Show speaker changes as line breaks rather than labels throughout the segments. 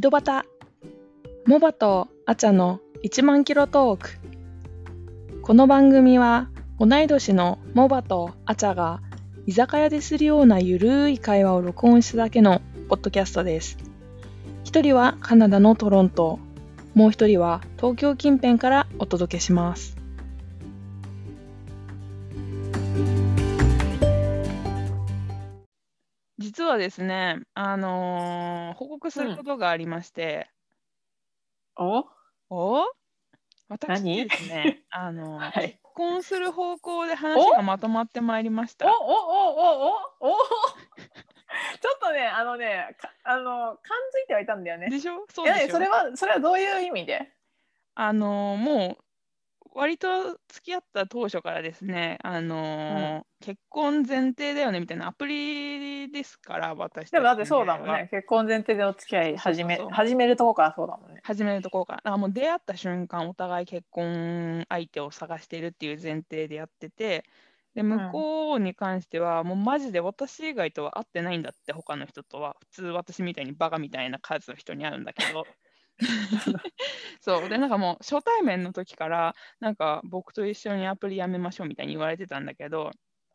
ドバタモバとアチャの1万キロトークこの番組は同い年のモバとアチャが居酒屋でするようなゆるい会話を録音しただけのポッドキャストです一人はカナダのトロントもう一人は東京近辺からお届けします実はですね、あのー報告することがありまして、
お
お私
何
ですね、あのー
はい。
結婚する方向で話がまとまってまいりまし
おお
た。
おおおおちょっとね、あのね、かあの、感づいてはいたんだよね。
でしょそう
いや
でしょ
それは、それはどういう意味で
あのーもう割と付き合った当初からですね、あのー結婚前提だよねみたいなアプリですから私
で
たち
もだってそうだもん
の恋愛
ね
は。。
結婚前提でお付き合い始め
そうそうそう
始めるとこからそうだもんね。
始めるところから。だからもう出会った瞬間、お互い結婚相手を探してるっていう前提でやってて、で向こうに関しては、もうマジで私以外とは会ってないんだって、他の人とは。普通私みたいにバカみたいな数の人に会うんだけど。そうでなんかもう初対面の時からなんか僕と一緒にアプリやめましょうみたいに言われてたんだけど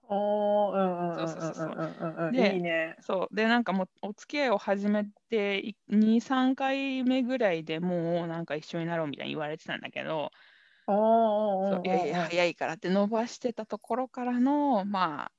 おーうんうんうんうん
そうそうそう
うんうんうん。
で
いいね。
そうでなんかもうお付き合いを始めて23回目ぐらいでもうなんか一緒になろうみたいに言われてたんだけど、
おーおー
そ
おーお
う
ー
いやいや早いからって伸ばしてたところからのま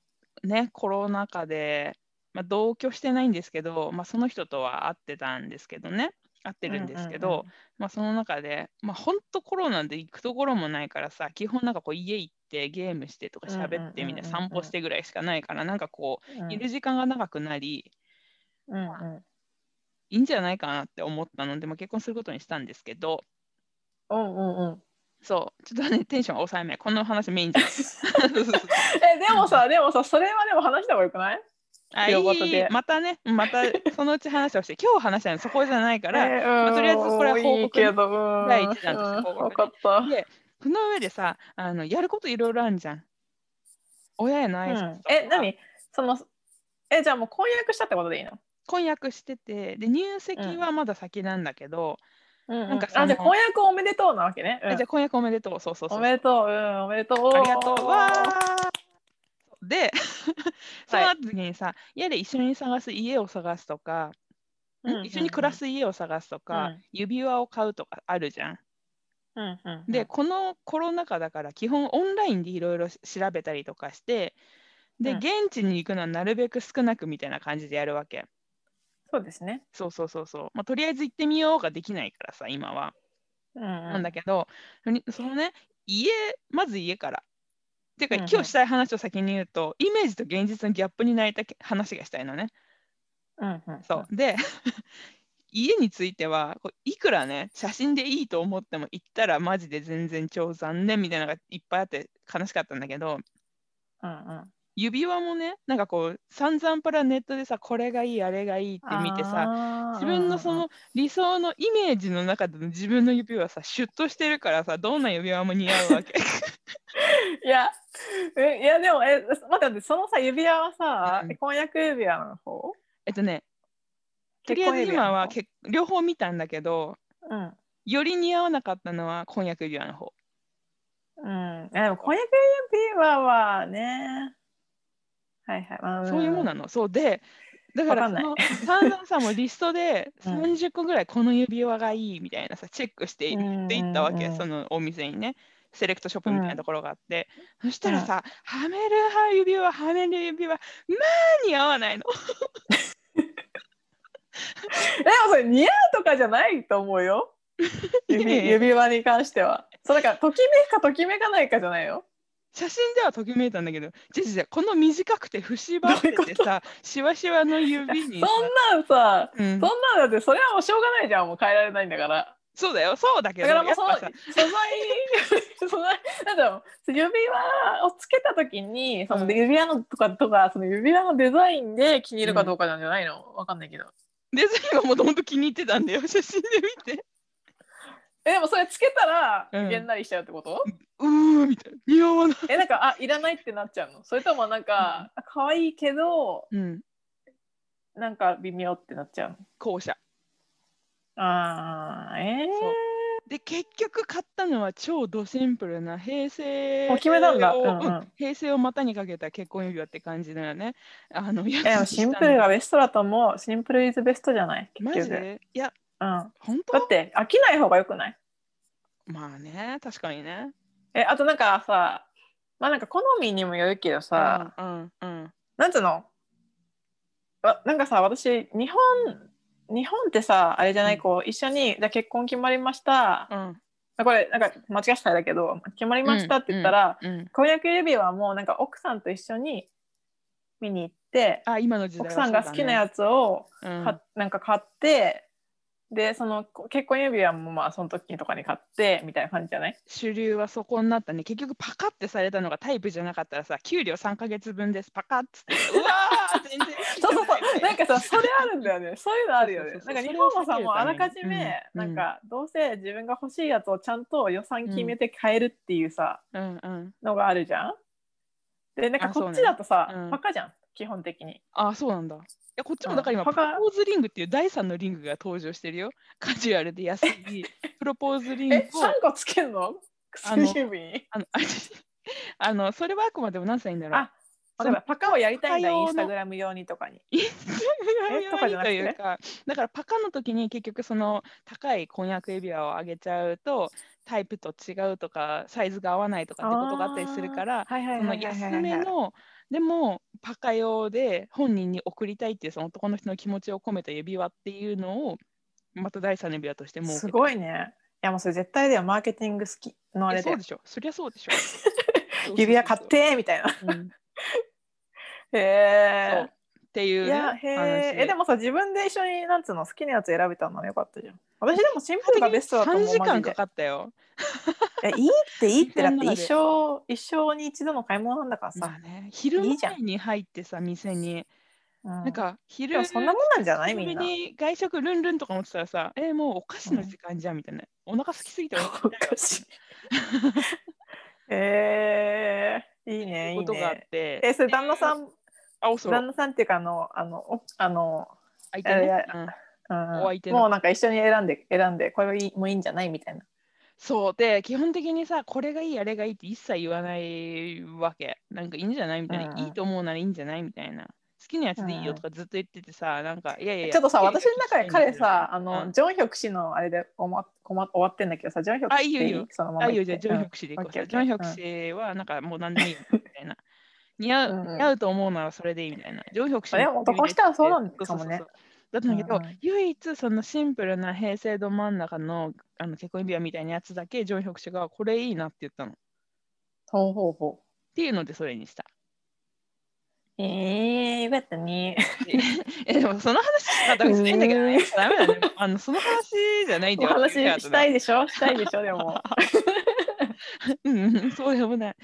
あねコロナ禍で、まあ、同居してないんですけど、まあ、その人とは会ってたんですけどね会ってるんですけど、
うんうんうん
まあ、その中で、まあ、ほんとコロナで行くところもないからさ基本なんかこう家行ってゲームしてとか喋って
うん
み
うんうんうんうん
んな散歩してぐらいしかないからなんかこ
う
うんいる時間が長くなり
うんうん
いいんじゃないかなって思ったので、まあ、結婚することにしたんですけど
うんうんうん。
そうちょっとねテンション抑えめこの話メインじゃない そうそうそう
え、でもさ、でもさ、それはでも話した方がよくない
あ
とい
いう
ことで
いまたね、ま たそのうち話をして、今日話したのそこじゃないから、
え
あ
ー
とりあえずこれは報告
いいけど、うん
第一弾として報告
うんわかった。
で、その上でさ、あのやることいろいろあるじゃん。親への挨拶とか、
え、何その、え、じゃあもう婚約したってことでいいの
婚約してて、で入籍はまだ先なんだけど、
な
なんん
か
かその
あじゃあ婚約おめでとうなわけね。うん
あじゃあ婚約おめでとう、そうそうそう。
おめでとう、うん、おめでとう。
ありがとう。わーで、 その
はい
後にさ、家で一緒に探す家を探すとか、
うんうんうん
一緒に暮らす家を探すとか、
うん
指輪を買うとかあるじゃん。
うんうんうん
で、このコロナ禍だから基本オンラインでいろいろ調べたりとかしてで
うん
現地に行くのはなるべく少なくみたいな感じでやるわけ
そうですね。
そうそうそうそう、まあ、とりあえず行ってみようができないからさ今は
な
なんだけどにそのね家まず家からてか
うんうん
今日したい話を先に言うとイメージと現実のギャップに泣いたけ話がしたいのね
うんうん
そうで 家についてはこういくらね写真でいいと思っても行ったらマジで全然超残念みたいなのがいっぱいあって悲しかったんだけど
うんうん。
指輪もねなんかこう散々パラネットでさこれがいいあれがいいって見てさ
さ
自分のその理想のイメージの中での自分の指輪はさシュッとしてるからさどんな指輪も似合うわ け
いやえいやでもえ待って待ってそのさ指輪はさ、
うん
婚約指輪の方
えっとねとりあえず今は
結
結両方見たんだけど
婚指輪の方
より似合わなかったのは婚約指輪の方
うんうんえでも婚約指輪はねはいはい、まあ
そういうもんなの。そうで、だからその
わ
散々さ、もうリストで
うん
30個ぐらいこの指輪がいいみたいなさ、チェックしてい
うん
っていったわ
う
け、
ん
そのお店にね。セレクトショップみたいなところがあって、そしたら
うん
さ、はめるは指輪、はめる指輪、まあ似合わないの。
でもそれ似合うとかじゃないと思うよ
い やい
指
や
指輪に関してはそうだからときめくかときめかないかじゃないよ
写真ではときめいたんだけど、じゃじゃこの短くて節ばって
どうい
て
うこ
さ、しわしわの指
そ
に
ん
さ
なんさ
うん
そんなんだってそれはもうしょうがないじゃんもう変えられないんだから
そうだよ、そうだけ
だ
ど、
か
や
ら
っ
もうその
ぱ
素
さ
材素材なんだろう指輪をつけた時にそ
う
の
ん
指輪のとかとかその指輪のデザインで気に入るかどうかなんじゃないの、わかんないけど
デザインはもともと気に入ってたんだよ、写真で見て。
えでもそれつけたら
うん
げんなりしちゃうっ てこと、
うーみたいな、似合わない。
えなんかあいらないってなっちゃうのそれともなんか可愛いけど
うん
なんか微妙ってなっちゃうの
後者
ああ、え
そうで結局買ったのは超ドシンプルな平成
え。お決めたんだ。
を
うん
うん
うん。
平成を股にかけた結婚指輪って感じだよね。あのや
え、でも
つにした
シ
の
ンプルがベストだと思う。シンプルイズベストじゃない結
マ
局。
ジでいや
うん。だ
本当
って飽きない方がよくない
まあね確かにね。
え、あとなんかさ、まあなんか好みにもよるけどさ、
うんうん
なんつうのわなんかさ、私、日本、日本ってさ、あれじゃない、
うん
こう、一緒に、じゃあ結婚決まりました。
うん
これ、なんか間違えしたらだけど、決まりましたって言ったら、
うん。
婚約指輪はもうなんか奥さんと一緒に見に行って
あ今の時代
奥さんが好きな
つ、
やつを
うん
か、なんか買ってでそのこ結婚指輪もまあその時とかに買ってみたいな感じじ ゃない
主流はそこになったね結局パカってされたのがタイプじゃなかったらさ給料3か月分ですパカッ つってうわー全然
そうそうそう なんかさそれあるんだよねそういうのあるよね
そうそ
な
うんそ
か
う
日本も
それを避
さ
ける
もうあらかじ
た
め
め
な
にうん
んかどうせ自分が欲しいやつをちゃんと予算決めて買えるっていうさ
うんうん
のがあるじゃんでなんか
あそうね
こっちだとさ
うん
バカじゃん基本的に
あそうなんだいやこっちもだから今、
うん
プロポーズリングっていう第3のリングが登場してるよ カジュアルで安い プロポーズリングを
え三3個つけんの
あの
薬指に
あの ああのそれはあくまでも何歳になる
あ
そ
そううだパカをやりたいんだ
パカ用
イ
の
ンスタグラム用にとかに。
インスタ グラム
えとかじゃなく
と
て
いうかだからパカの時に結局その高い婚約指輪をあげちゃうとタイプと違うとかサイズが合わないとかってことがあったりするから
はいはい
その
はいはい
安
はい
めのでもパカ用で本人に贈りたいっていうその男の人の気持ちを込めた指輪っていうのをまた第三の指輪としても
すご
い
いね。いやもうそれ絶対だよマーケティング好きのあれ
そ
で
うでしょそりゃそうでしょそうそうそうそう
指輪買ってみたいな。
うんそう
へ
ってい
え。
う
い
ね、
やへえ。えでもさ自分で一緒になんつうの好きなやつ選べたのよかったじゃん。私でもシンプルがベストだと思
3
う
時
マ
間
ジ
か
で。
かったよ
えいいっていいってだって
日本の中
一
で
生一生に一度の買い物なんだから
まあ
さ。
ね昼
いいじゃん
前に入ってさ店に
な
なんか
で
昼
もそんなもんなんじゃないみんな。
に外食ルンルンとか持ってたらさえもうお菓子の時間じゃんみたいな、お腹空きすぎてお
おかしい。えー、いいねいい
ことがあっ
ね。
て
えそれ旦那さ
ん
ん
あおそう
旦那さんっていうかあのあのおあの、
相手ね
いやい
うん
うん
お相手の
もうなんか一緒に選んで選んでこれいいもういいんじゃないみたいな。
そうで基本的にさこれがいいあれがいいって一切言わないわけなんかいいんじゃないみたいな、
うんうん
いいと思うならいいんじゃないみたいな好きなやつでいいよとかずっと言っててさなんかいやいやいや
ちょっとさ
いやいや
私の中で彼さあの、
うん
ジョンヒョク氏のあれでおまおま終わってんだけどさジョンヒョク
あ
氏
いいよいいよ
そのまま
あいい
言
よ
って
じゃあジョンヒョク氏でいこ
オッ
う。ジ
ケー
ョンヒョク
オッ
氏はなんかもう何でもいいよみたいな。似合
うんう
うん似合うと思うならそれでいいみたいな。ジョンヒョク氏
でも男の人はそうなんかもね
そうそうそうだったんだけど、
うんうん
唯一そのシンプルな平成ど真ん中のあの結婚指輪みたいなやつだけジョンヒョク氏がこれいいなって言ったの。っ
ほうほうほ
ていうのでそれにした。
うえー、よかったね。
えでもその話しか多分しないんだけどね。ダメだね。あのその話じゃないん
お
だよ。
話した
い。
いでしょしたいでしょでも。
うんうん、そうでもない。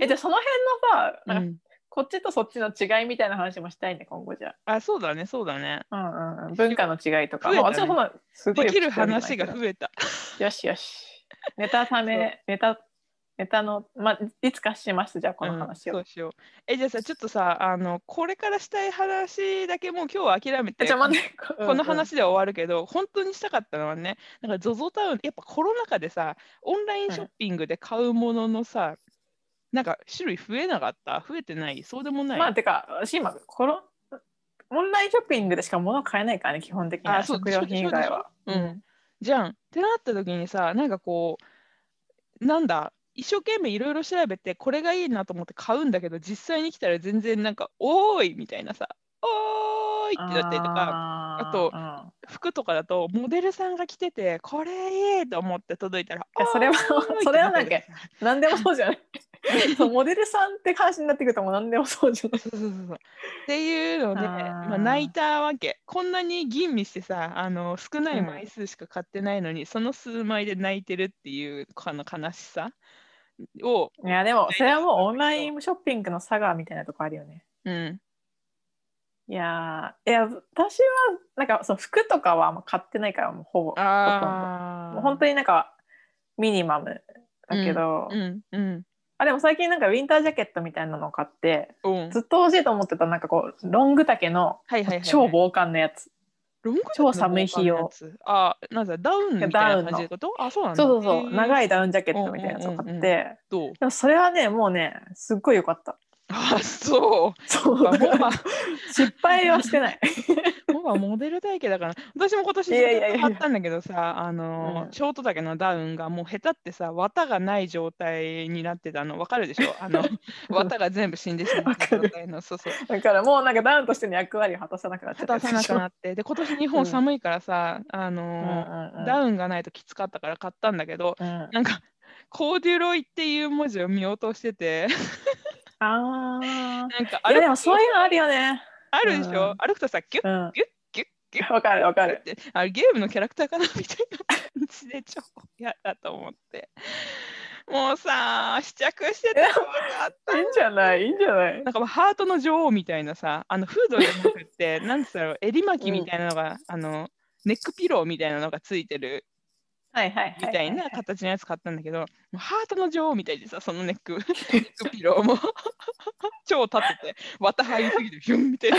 えじゃあその辺のさなん
う
か
ん
こっちとそっちの違いみたいな話もしたいね今後じゃ
あ、そうだね、そうだね。
あ。うんうんうん、文化の違いとか、
増えたね
まあ私はそんなすごい
で
よ
き
く知
る
ってわけじゃないけ
話
ど
が増えた。
よしよし。ネタため、ネタ、ネタの、まあ、いつかします、じゃあ、この話
うん
を。
そうしよう。え、じゃあさ、ちょっとさ、あの、これからしたい話だけもう今日は諦めて、
じゃあ、まず、こ
この。話では終わるけど、本当にしたかったのはね、なんか ZOZO タウン、やっぱコロナ禍でさ、オンラインショッピングで買うもののさ、なんか種類増えなかった増えてないそうでも
う
なんい、
まあ、てか、私今、この、オンラインショッピングでしか物買えないからね、基本的には。
あそう
食料品以外は。
そうでしょうん。じゃん。ってなった時にさ、なんかこう、なんだ、一生懸命いろいろ調べて、これがいいなと思って買うんだけど、実際に来たら全然なんか、おーいみたいなさ、おーいってなってとか、
あー
あと
うんい
服とかだと、モデルさんが着てて、これいいと思って届いたら、
やそれは
おーい、
それはな
っ
ん
て
か
っ、
何でもそう じゃない。そうモデルさんって関心になってくると、もう何でもそうじゃない。
そうそうそうそうっていうので、
あー
まあ、泣いたわけこんなに吟味してさあの少ない枚数しか買ってないのに、その数枚で泣いてるっていうこの悲しさを、
いや、でも、それはもうオンラインショッピングの差がみたいなとこあるよね。
うん、
いやーいや私はなんかそう服とかはあんま買ってないからもうほぼ
ああ
もう本当になんかミニマムだけど、
うんうん
あでも最近なんかウィンタージャケットみたいなのを買って
うん
ずっと欲しいと思ってたなんかこうロング丈の
はいはいはいはい
超防寒のやつ
ロング
超寒い日用
よあ、なんだ、ダウンみたいな感じのことあ、そうなんだ。
そうそうそう、長い
だ。
ダウンジャケットみたいなやつを買
うんうんうんう
って、
ん
で
どう
もそれはねもうねすっごい良かった
あ、そう。
そう
まあモバ
失敗はしてない
モバモデル体型だから私も今年
いやいやいや
ずっと買ったんだけどさあの、
うん
ショート丈のダウンがもう下手ってさ綿がない状態になってたのわかるでしょあ の綿が全部死んでしまった状態のそうそう
だからもうなんかダウンとしての役割を果たさなくなっちゃ
果
っ
た
たやつ
さ
でしょ
なくなってで今年日
う
本
ん
寒いからさ、あの、
うんうんうん
ダウンがないときつかったから買ったんだけど
うん、
なんかコーデュロイっていう文字を見落としてて
あー
なんか
い
あ
や
れ
でもそういうのあるよね。
あるでしょ、
うん
歩くとさギュッ
うん。
ギュッギュッ
わかるわか
だっ
る。
て あれゲームのキャラクターかなみたいな感じで超嫌だと思ってもうさ試着してたらあ った
いいんじゃないいいんじゃない
なんかもうハートの女王みたいなさあのフードじゃなくって なんつったろう襟巻きみたいなのが、あのネックピローみたいなのがついてる
はいはい。
みたいな。形のやつ買ったんだけど、もうハートの女王みたいでさそのネック ネックピローも 超立ってて綿入りすぎてヒュンみ たいな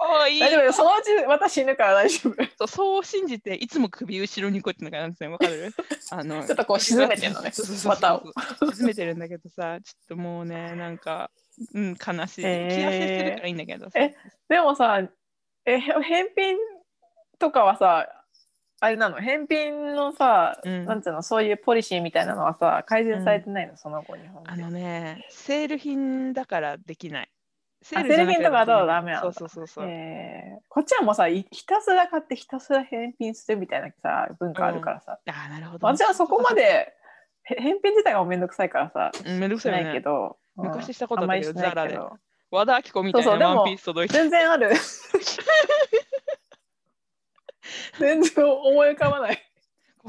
おーいい
大丈夫よそのうち私死ぬから大丈夫。
そうそう信じていつも首後ろにこうやってなんかなんですねわか るあの
ちょっとこう沈めてんのね
そうそうそう
股を
沈めてるんだけどさちょっともうねなんか、うん、悲しい、
え
気
ー
痩せしてるからいいんだけどさ
えでもさ、え、返品とかはさ、あれなの返品のさ、
うん
なんていうのそういうポリシーみたいなのはさ改善されてないの、その後日本
あ
で
の。ねセール品だからできないセ
セール品とかは
だ
ダメなんだ
そうそうそうそう、
えーこっちはもうさいひたすら買ってひたすら返品するみたいなさ文化あるからさ、
あーなるほど
私はそこまでへ返品自体がめんどくさいからさ
うんめんどく
し
さ
ないい
よ
け
ね
ど、うん
昔したことあ
あんま
った
り
けど
しない
ザラ
け
で
ど
和田アキ子みたいな
そうそうでも
ワンピース届いて
全 然ある全然思い浮かばない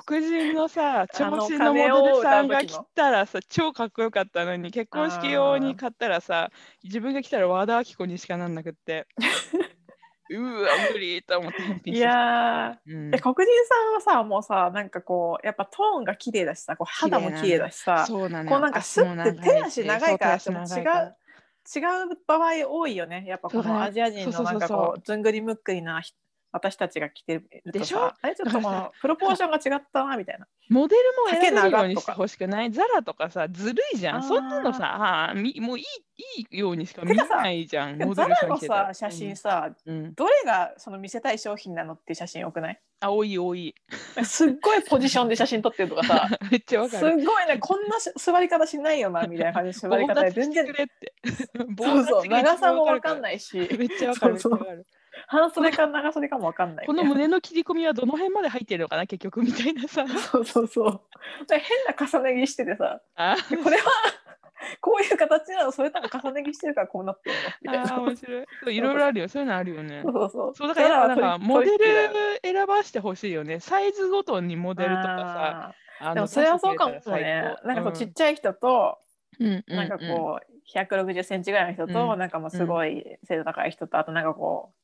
黒人のさ、長
あの
身のモデルさんが
鐘を歌う時
来
の
たらさ、超かっこよかったのに、結婚式用に買ったらさ、自分が来たら和田アキ子にしかなんなく って。うーわ、無理と思って返品
い
しました
や
うん
ーで黒人さんはさもうさなんかこうやっぱトーンが綺麗だしさこう肌も綺麗だしさ
そうなのよ
こうなんかスッて手足長いから
足も長いし
ち
そう手足長
ょっと
いから
違う場合多いよねやっぱこ
そうだ
の
ね
アジア人
そ
の
うそう
な
そう
ん
そう
かこうずんぐりむっくりな人私たちが着てるとさ
でしょ
あれちょっとこ
だから
のプロポーションが違ったなみた いな
モデルも選べるよう
竹長
に
と
して
か
ほしくないザラとかさ、ずるいじゃ
あ
ん。
ー
そんなのさ、あーみもういいいいようにしか見
て
え
かさ
ないじゃん。モデ
ザ
ル
ラ
さん
の
着てた
さ
ら
写真、さ
うんうん
どれがその見せたい商品なのっていう写真多 くない
あ、多い多い。
すっごいポジションで写真撮ってるとかさ
めっちゃ わ
す
か
っ
る。
ごいねこんなし座り方しないよなみたいな感じの座り方で全然
棒立ちしてくれって
そうそ
棒立
う
ちが一番
長さもわかん
い。
ないし
めっちゃわかる。めっちゃ
そうそう
わかる
半袖か長袖かもわかんない
こ
みた
の
いな
胸の切り込みはどの辺まで入ってるのかな、結局みたいな さ。
そうそうそうで変な重ね着しててさ
あ
でこれは こういう形なのそれとも重ね着してるからこうなってるのみ
あ
たいな
ー、面白い。そういろいろあるよ。そういうのあるよね
そ。うそうそう
そうだからやっぱなんかモデル
トリック
選ばしてほしいよね。サイズごとにモデ
だ
ル
よ
とかさ。
あ
あ
ー
の
でもそれはそうかも
出してくれたら最
ね
高
なんかこうちっちゃい人と、
うんう
なんかこう160センチぐらいの人と、
うん
なんかもうすごい背の高い人とあとなんかこう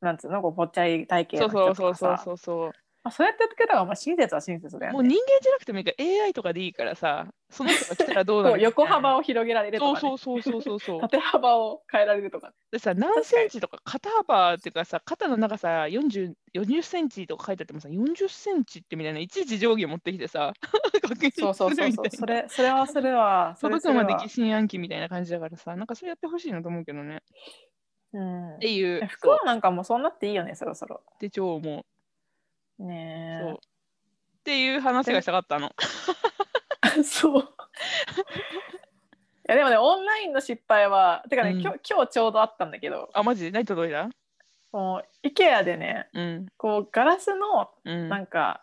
なんつうのこうぽっちゃり体
うんそう
型の
そう
人
そ
と
う
か
そうそ
さ
うそう。
まあそうやってやってくれたらまあ親切は親切だよね
もう人間じゃなくてもいいから AI とかでいいからさ、その人が来たらどうな
こ
る
う横幅
を。
を広げられるとか
そ
ね、
うそうそうそうそうそう。
縦幅を変えられるとか、
でさ何センチとか肩幅っていうかさ肩の長さ40 40センチとか書いてあってもさ40センチってみたいないちいち定規持ってきてさ 確認する
そうそうそう
み
そう
たい
そ
な
れそれはそれは それ
届
それ
くまで
は
疑心暗鬼みたいな感じだからさなんかそれやってほしいなと思うけどね
うん
っていう
服はなんかもうそうなっていいよねそろそろ
手帳思う
ね
そうっていう話がしたかったの
え そういやでもねオンラインの失敗はてかね、
うん
今日今日ちょうどあったんだけど
あマジで何届いた
こう IKEA でね
うん
こうガラスの
うん
な
はい
んか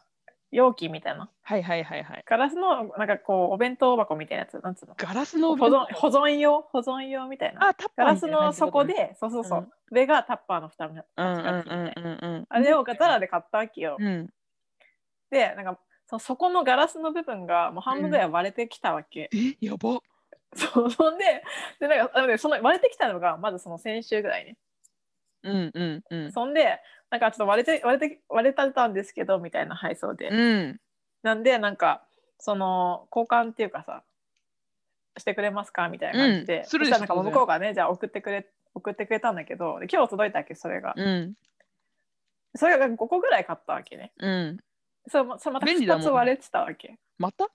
容器みたいな、
はいはいはい
ガラスのなんかこうお弁当箱みたいなやつなんつうの
ガラスの
保存保存用保存用みたいな
あタッパ
ガ
ー
ラ
みた
ス
いな
の
感じって
底
ことね
でそうそうそう、
うん
上がタッパーの蓋みたい
うんうん
な
うんうんうん
あれをガタラで買ったわけよ、
うん
でなんかその底のガラスの部分がもう半分ぐらい割れてきたわけ、
えやば
そうそんででなんかあのねその割れてきたのがまずその先週ぐらいね、
うんうんうん
そんでなんかちょっと割れて割れて割れたたんですけどみたいな配送で、
うん
なんでなんかその交換っていうかさしてくれますかみたいな感じで、
うんす
そ
る
し
でしたょ
らなんかもう
当
向
然
こうがねじゃあ送ってくれ送ってくれたんだけどで今日届いたわけそれが、
うん
それが5個ぐらい買ったわけね。
うん。
そうまそれまた
便利だ
2
もん
つ
ね
割れてたわけ。
また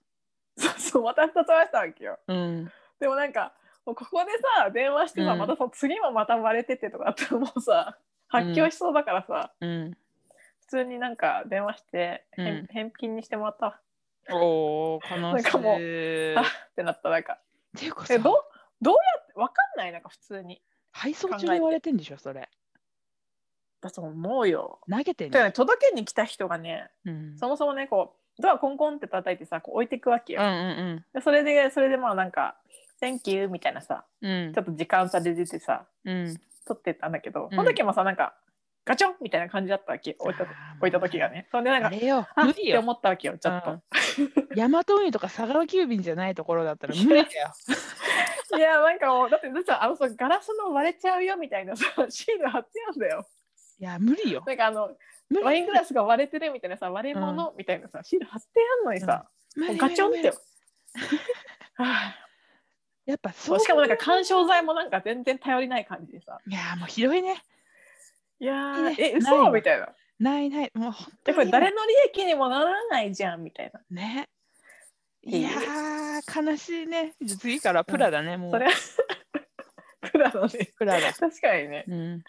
そうそう、また2つ割れてたわけよ。
うん。
でもなんか、もうここでさ、電話してさ、
うん
またさ、次もまた割れててとかだったらもうさ、発狂しそうだからさ、
うん。
普通になんか電話して、返
うん
返品にしてもらったわ
おお、悲
な
し
ん
い。
かもうあっ
って
なった、なんか。
ていうかさ、
え、どうどうやって、わかんない、なんか普通に。
配送中
考え
に
て
言われてんでしょ、それ。
だと思うよ。
投げてん
だから
の
ね、届けに来た人がね、
うん。
そもそもね、こう、ドアコンコンって叩いてさ、こう置いていくわけ
うん
よ。
うん
でそれで、それでまあなんか、Thank you みたいなさ、
うん。うん
ちょっと時間差で出てさ、
うん。
取ってったんだけど、
うん
その時もさ、なんか、ガチョンみたいな感じだったわけ、置いた
あー
置いた時がね。そんでなん
あ
か、
れよ、
あ
無
っ
理
て
よ。
思ったわけよ、ちょっと。
ヤマト運輸とか佐川急便じゃないところだったら無理だよ。
いや、なんかもう、だってさ、あのさ、ガラスの割れちゃうよみたい なさ、シール貼ってあんだよ。
いや、無理よ。
なんかあの、
無理
ワイングラスが割れてるみたいなさ、割れ物みたいなさ、シール貼ってあんのにさ、
無
もう
理
ガチョンっ
無理
て。
無
はあ
理やっぱそ。
そううしかもなんか緩衝材もなんか全然頼りない感じでさ。
いや、もうひどいね。
いや
いいね
ー、え、
ないわ
嘘みたいな。
ないない。もう本当
え、
に。
これ誰の利益にもならないじゃんみたいな。
ね。
い
い
い
やー、悲しいね。じゃあ次からプラだね、もう
そ。れは プラのね。
プラだ。
確かにね。
うん。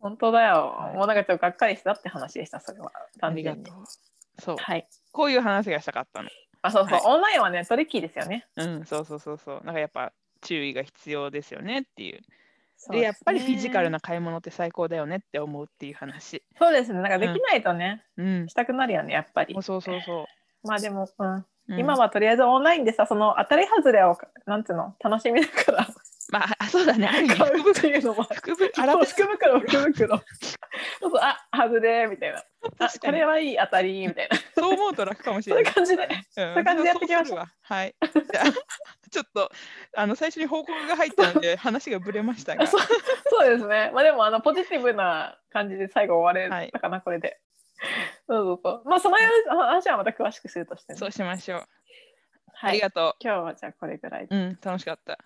本当だよ。
はい
もうなんかちょっとがっかりしたって話でした、それは。
あ
単
りが
純
と
に。
う。そう。
はい。
こういう話がしたかったの。
あ、そうそう、
はい
オンラインはね、トリッキーですよね。
うん、そうそうそうそう。なんかやっぱ注意が必要ですよねっていう。
そう
で、やっぱりフィジカル
な。
な買い物って最高だよねって思うっていう話。
そうですね。なんかできないとね、
うん。
したくなるよね、やっぱり
もう。そうそうそ
まあでも、うん。
う。うん
今はとりあえずオンラインでさ、その当たり外れを、なんていうの、楽しみながら
まあ、あ そうだね。ある意味
買
福袋
うっていうのも
福袋
あ
あら
そう福袋福袋そうそうあ外れみたいなあ
確か
こ
に
れはいい当たりみたい な
そう思うと楽かもし
そ
れ
うい
な
う
い。
感じで
そう
そういう感じでやっていきましょう
う。はい。 じゃあちょっとあの最初に報告が入ったの で話がぶれましたが
あ、 そうそうですねまあでもあのポジティブな感じで最後終われたかな、これでそうそうそうまあその話はまた詳しくするとしてね、
そうしましょう。あ
は
り
い
がと。
今日はじゃあこれぐらいう
うん、楽しかった。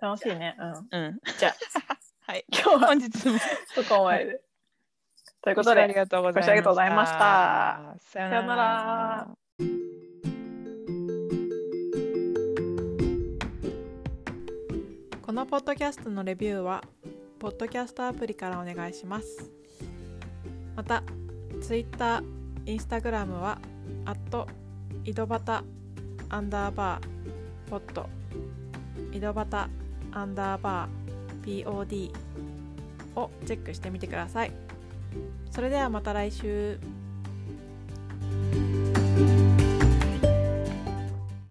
楽しいねうん
うん。
じゃ あ
はい。
今日は
本日も
そこまでで、という
ご視聴
こと
あ
で
りがとうございました。
ご視聴ありがとうございました。
さよ
さよなら。
このポッドキャストのレビューはポッドキャストアプリからお願いしますまた Twitter、Instagram は井戸端アンダーバーポッド井戸端アンダーバー POD をチェックしてみてくださいそれではまた来週